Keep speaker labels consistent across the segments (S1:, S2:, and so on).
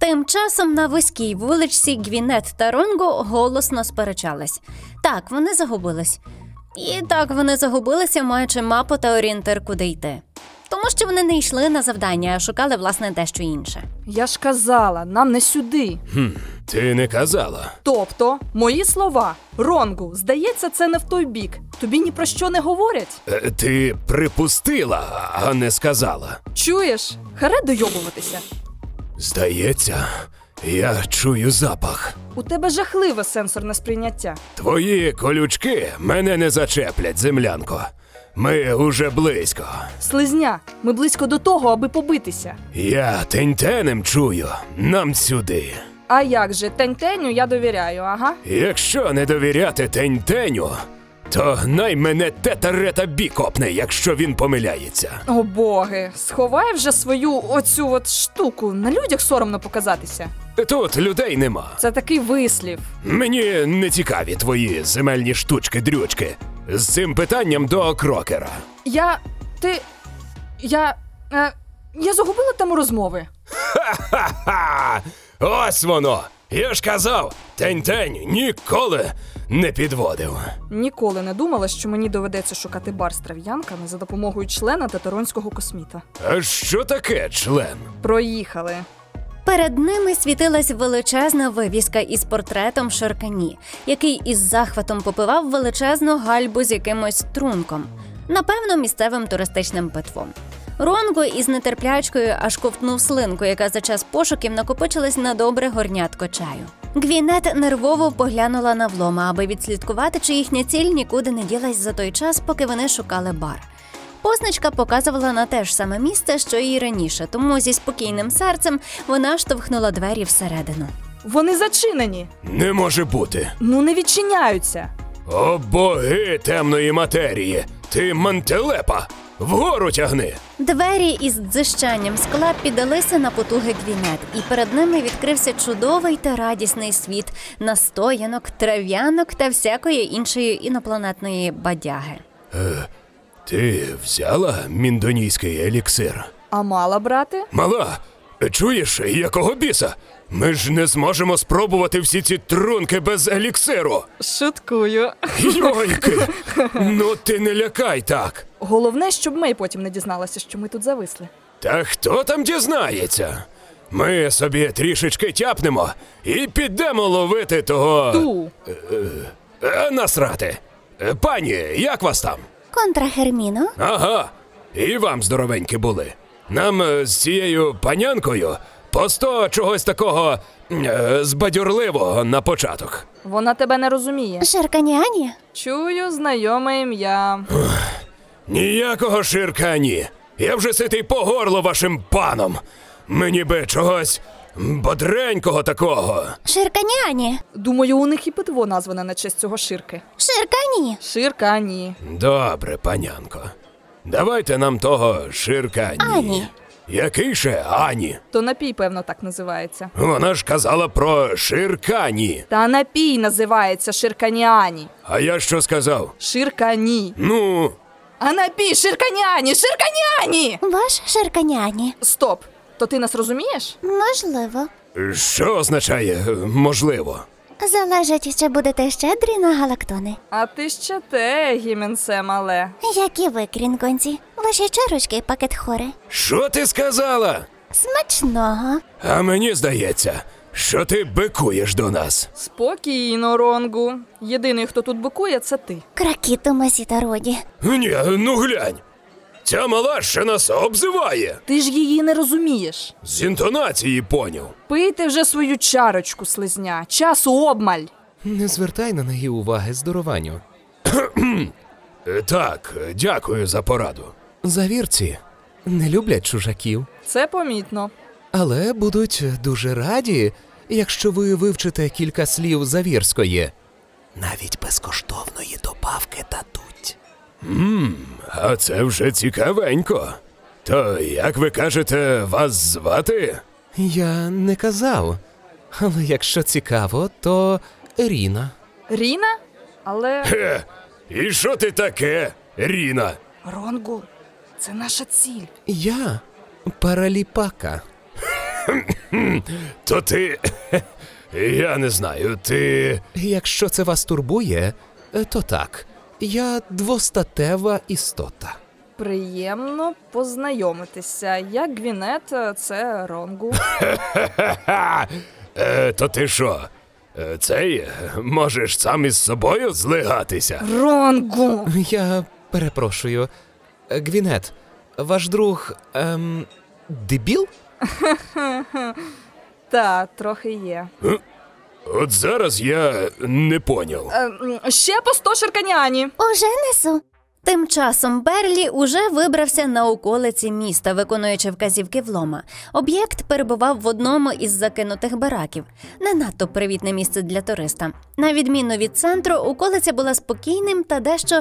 S1: Тим часом на вузькій вуличці Гвінет та Ронго голосно сперечались. Так, вони загубились. І так вони загубилися, маючи мапу та орієнтир, куди йти. Тому що вони не йшли на завдання, а шукали власне дещо інше.
S2: Я ж казала, нам не сюди.
S3: Ти не казала.
S2: Тобто, мої слова, Ронгу, здається, це не в той бік. Тобі ні про що не говорять.
S3: Е, Ти припустила, а не сказала.
S2: Чуєш? Харе дойобуватися.
S3: Здається, я чую запах.
S2: У тебе жахливе сенсорне сприйняття.
S3: Твої колючки мене не зачеплять, землянко. Ми уже близько.
S2: Слизня, ми близько до того, аби побитися.
S3: Я тентенем чую, нам сюди.
S2: А як же, тень-теню я довіряю, ага.
S3: Якщо не довіряти тентеню, то най мене тетарета бі копне, якщо він помиляється.
S2: О боги, сховай вже свою оцю от штуку. На людях соромно показатися.
S3: Тут людей нема.
S2: Це такий вислів.
S3: Мені не цікаві твої земельні штучки-дрючки. З цим питанням до крокера.
S2: Я. ти. Я. Е, я загубила тему розмови.
S3: Ха! Ось воно! Я ж казав, тень-тень ніколи не підводив.
S2: Ніколи не думала, що мені доведеться шукати бар з трав'янками за допомогою члена татаронського косміта.
S3: А що таке член?
S2: Проїхали.
S1: Перед ними світилась величезна вивіска із портретом Шаркані, який із захватом попивав величезну гальбу з якимось трунком, напевно, місцевим туристичним питвом. Ронго із нетерплячкою аж ковтнув слинку, яка за час пошуків накопичилась на добре горнятко чаю. Гвінет нервово поглянула на влома, аби відслідкувати, чи їхня ціль нікуди не ділась за той час, поки вони шукали бар. Позначка показувала на те ж саме місце, що і раніше, тому зі спокійним серцем вона штовхнула двері всередину.
S2: Вони зачинені.
S3: Не може бути.
S2: Ну не відчиняються.
S3: О боги темної матерії! Ти мантелепа! Вгору тягни!
S1: Двері із дзищанням скла піддалися на потуги гвінет, і перед ними відкрився чудовий та радісний світ настоянок, трав'янок та всякої іншої інопланетної бадяги.
S3: Ти взяла міндонійський еліксир?
S2: А мала брати?
S3: Мала, чуєш, якого біса? Ми ж не зможемо спробувати всі ці трунки без еліксиру.
S2: Шуткую.
S3: Йойки! Ну ти не лякай так.
S2: Головне, щоб Мей потім не дізналася, що ми тут зависли.
S3: Та хто там дізнається? Ми собі трішечки тяпнемо і підемо ловити того.
S2: Ту.
S3: Е, Насрати. Е, Пані, як вас там?
S1: Контра Герміно?
S3: Ага. І вам здоровенькі були. Нам е, з цією панянкою по сто чогось такого е, збадьорливого на початок.
S2: Вона тебе не розуміє.
S1: Шарканіані?
S2: Чую знайоме ім'я.
S3: Ніякого ширка ні. Я вже ситий по горло вашим паном. Мені би чогось бодренького такого.
S1: Ширканіані?
S2: Думаю, у них і питво назване на честь цього ширки.
S1: Ширкані?
S2: Ширка ні.
S3: Добре, панянко. Давайте нам того ширка ні.
S1: Ані.
S3: Який ще Ані?
S2: То напій, певно, так називається.
S3: Вона ж казала про ширка ні.
S2: Та напій називається ширканіані.
S3: А я що сказав?
S2: Ширкані.
S3: Ну,
S2: А напій ширканіані! Ширканіані!
S1: Ваш Ширканіані?
S2: Стоп! То ти нас розумієш?
S1: Можливо.
S3: що означає е, можливо?
S1: Залежить, чи будете щедрі на галактони.
S2: А ти ще те, гіменсе мале.
S1: Які ви, крінгонці? Ваші чарочки, пакет хори.
S3: Що ти сказала?
S1: Смачного.
S3: А мені здається, що ти бикуєш до нас.
S2: Спокійно, Ронгу. Єдиний, хто тут бикує, це ти.
S1: Кракіту масіта роді.
S3: Ні, ну глянь. Ця мала ще нас обзиває.
S2: Ти ж її не розумієш.
S3: З інтонації поняв.
S2: Пийте вже свою чарочку, слизня. Часу обмаль.
S4: Не звертай на неї уваги, здорованю.
S3: Е, Так, е, дякую за пораду.
S4: Завірці не люблять чужаків,
S2: Це помітно.
S4: але будуть дуже раді, якщо ви вивчите кілька слів завірської. Навіть безкоштовної добавки дадуть.
S3: А це вже цікавенько. То як ви кажете, вас звати?
S4: Я не казав. Але якщо цікаво, то Ріна.
S2: Ріна? Але.
S3: Хе, і що ти таке, Ріна?
S2: Ронгу, це наша ціль.
S4: Я параліпака.
S3: То ти. Я не знаю, ти.
S4: Якщо це вас турбує, е, то так. Я двостатева істота.
S2: Приємно познайомитися. Я Гвінет, е, це Ронгу.
S3: Ха! Е, то ти що? е, Цей можеш сам із собою злигатися?
S2: Ронгу!
S4: Я перепрошую. Е, Гвінет, ваш друг. Ем, дебіл?
S2: Та, трохи є.
S3: От зараз я не поняв.
S2: Е, м, ще по 100 шерканяні.
S1: Уже несу. Тим часом Берлі уже вибрався на околиці міста, виконуючи вказівки влома. Об'єкт перебував в одному із закинутих бараків. Не надто привітне місце для туриста. На відміну від центру, околиця була спокійним та дещо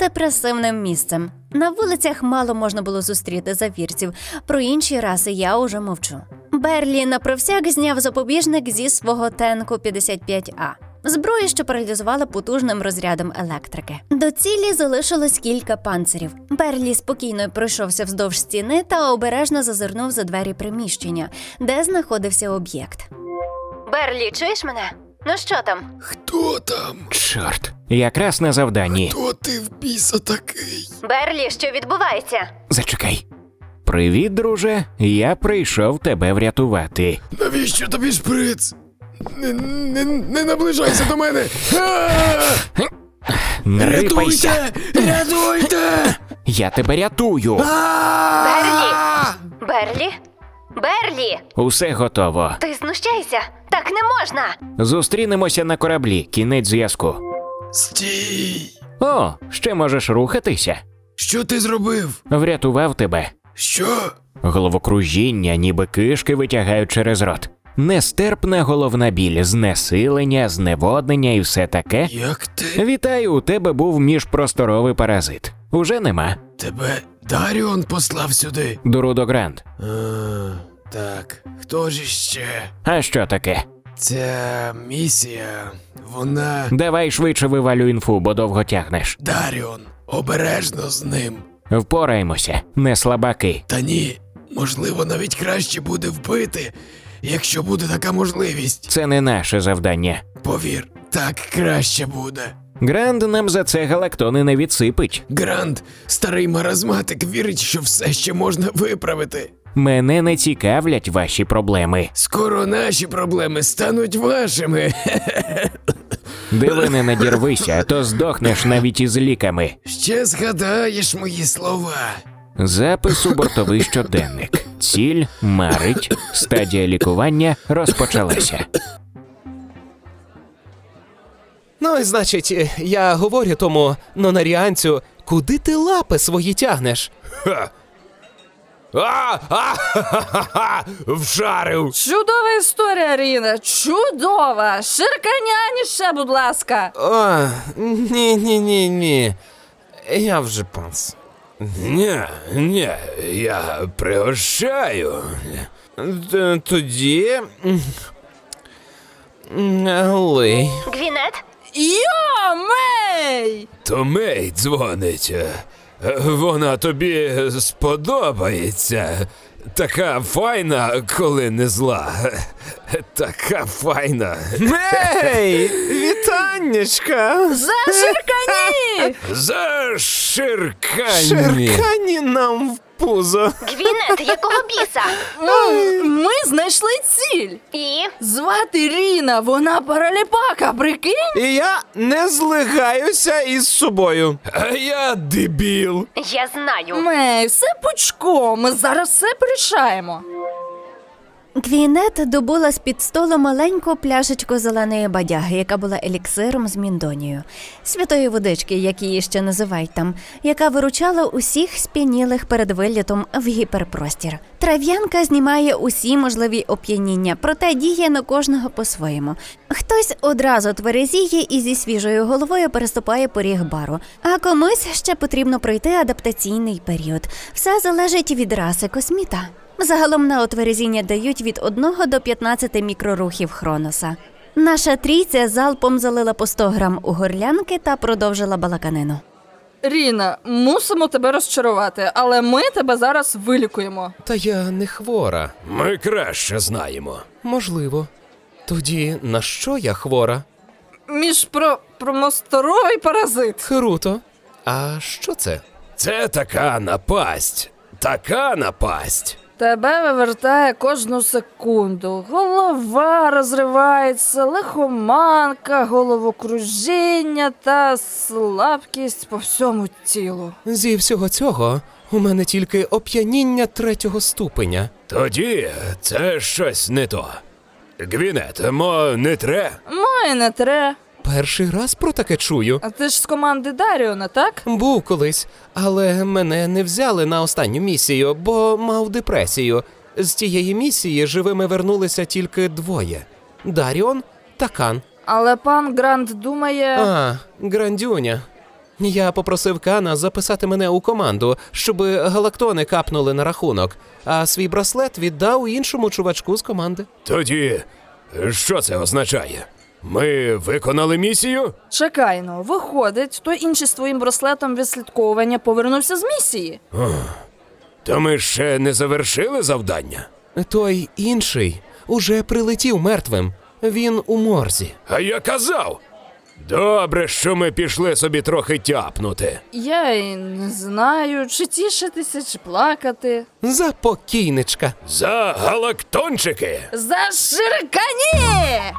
S1: депресивним місцем. На вулицях мало можна було зустріти завірців. Про інші раси я уже мовчу. Берлі напровсяк зняв запобіжник зі свого тенку 55А. Зброї, що паралізувала потужним розрядом електрики. До цілі залишилось кілька панцирів. Берлі спокійно пройшовся вздовж стіни та обережно зазирнув за двері приміщення, де знаходився об'єкт. Берлі, чуєш мене? Ну що там?
S5: Хто там?
S6: Чорт, якраз на завданні.
S5: Хто ти в біса такий?
S1: Берлі, що відбувається?
S6: Зачекай. Привіт, друже. Я прийшов тебе врятувати.
S5: Навіщо тобі шприц? Не, не, не наближайся до мене! А!
S6: Не рипайся.
S5: Рятуйте! Рятуйте!
S6: Я тебе рятую.
S1: Берлі! Берлі? Берлі!
S6: Усе готово.
S1: Ти знущайся! Так не можна!
S6: Зустрінемося на кораблі. Кінець зв'язку.
S5: Стій!
S6: О, ще можеш рухатися.
S5: Що ти зробив?
S6: Врятував тебе.
S5: Що?
S6: Головокружіння, ніби кишки витягають через рот. Нестерпна головна біль, знесилення, зневоднення і все таке.
S5: Як ти?
S6: Вітаю, у тебе був міжпросторовий паразит. Уже нема.
S5: Тебе Даріон послав сюди.
S6: Дурудо Грант.
S5: А, так, хто ж іще?
S6: А що таке?
S5: Ця місія, вона.
S6: Давай швидше вивалю інфу, бо довго тягнеш.
S5: Даріон, обережно з ним.
S6: Впораємося, не слабаки.
S5: Та ні, можливо, навіть краще буде вбити, якщо буде така можливість.
S6: Це не наше завдання.
S5: Повір, так краще буде.
S6: Гранд нам за це галактони не відсипить.
S5: Грант, старий маразматик, вірить, що все ще можна виправити.
S6: Мене не цікавлять ваші проблеми.
S5: Скоро наші проблеми стануть вашими.
S6: Диви не надірвися, а то здохнеш навіть із ліками.
S5: Ще згадаєш мої слова.
S6: Запис у бортовий щоденник. Ціль марить. Стадія лікування розпочалася.
S4: Ну, і значить, е, я говорю тому нонаріанцю, куди ти лапи свої тягнеш?
S3: А! а ха-ха-ха-ха, Вшарив!
S2: Чудова історія, Ріна. Чудова! Ширканяні ще, будь ласка.
S4: О, ні, ні, ні, ні. Я вже пас.
S3: Ні, ні, я пригощаю.
S4: Т- Тоді. Голий.
S1: Гвінет?
S2: Йомей!
S3: Томей дзвонить. Е, Вона тобі сподобається. Така файна, коли не зла. Така файна.
S4: Ей! Вітаннячка!
S2: Заширкані!
S3: За ширкані.
S4: Шеркані нам в пузо.
S1: Гвінет, якого біса?
S2: М, Ми знайшли ціль.
S1: І
S2: Звати Ріна, вона параліпака, прикинь?
S4: І я не злигаюся із собою.
S3: А я дебіл.
S1: я знаю.
S2: Мей, все пучком. Ми зараз все порішаємо.
S1: Гвінет добула з-під столу маленьку пляшечку зеленої бадяги, яка була еліксиром з міндонією, святої водички, як її ще називають там, яка виручала усіх сп'янілих перед вилітом в гіперпростір. Трав'янка знімає усі можливі оп'яніння, проте діє на кожного по-своєму. Хтось одразу тверезіє і зі свіжою головою переступає поріг бару, а комусь ще потрібно пройти адаптаційний період. Все залежить від раси косміта. Загалом на отверезіння дають від 1 до 15 мікрорухів Хроноса. Наша трійця залпом залила по 100 грам у горлянки та продовжила балаканину.
S2: Ріна, мусимо тебе розчарувати, але ми тебе зараз вилікуємо.
S4: Та я не хвора.
S3: Ми краще знаємо.
S4: Можливо. Тоді на що я хвора?
S2: Між про, про мосторовий паразит.
S4: Круто. А що це?
S3: Це така напасть. Така напасть.
S2: Тебе вивертає кожну секунду. Голова розривається, лихоманка, головокружіння та слабкість по всьому тілу.
S4: Зі всього цього у мене тільки оп'яніння третього ступеня.
S3: Тоді це щось не то. Гвінет, мо не тре.
S2: Має Ну не тре.
S4: Перший раз про таке чую.
S2: А ти ж з команди Даріона, так?
S4: Був колись, але мене не взяли на останню місію, бо мав депресію. З тієї місії живими вернулися тільки двоє: Даріон та Кан.
S2: Але пан Грант думає.
S4: А, Грандюня. Я попросив Кана записати мене у команду, щоб галактони капнули на рахунок, а свій браслет віддав іншому чувачку з команди.
S3: Тоді що це означає? Ми виконали місію?
S2: Чекай ну, виходить, той інший з твоїм браслетом відслідковування повернувся з місії.
S3: То ми ще не завершили завдання.
S4: Той інший уже прилетів мертвим. Він у морзі.
S3: А я казав. Добре, що ми пішли собі трохи тяпнути.
S2: Я і не знаю, чи тішитися, чи плакати.
S4: Запокійничка.
S3: За галактончики!
S2: За ширикані!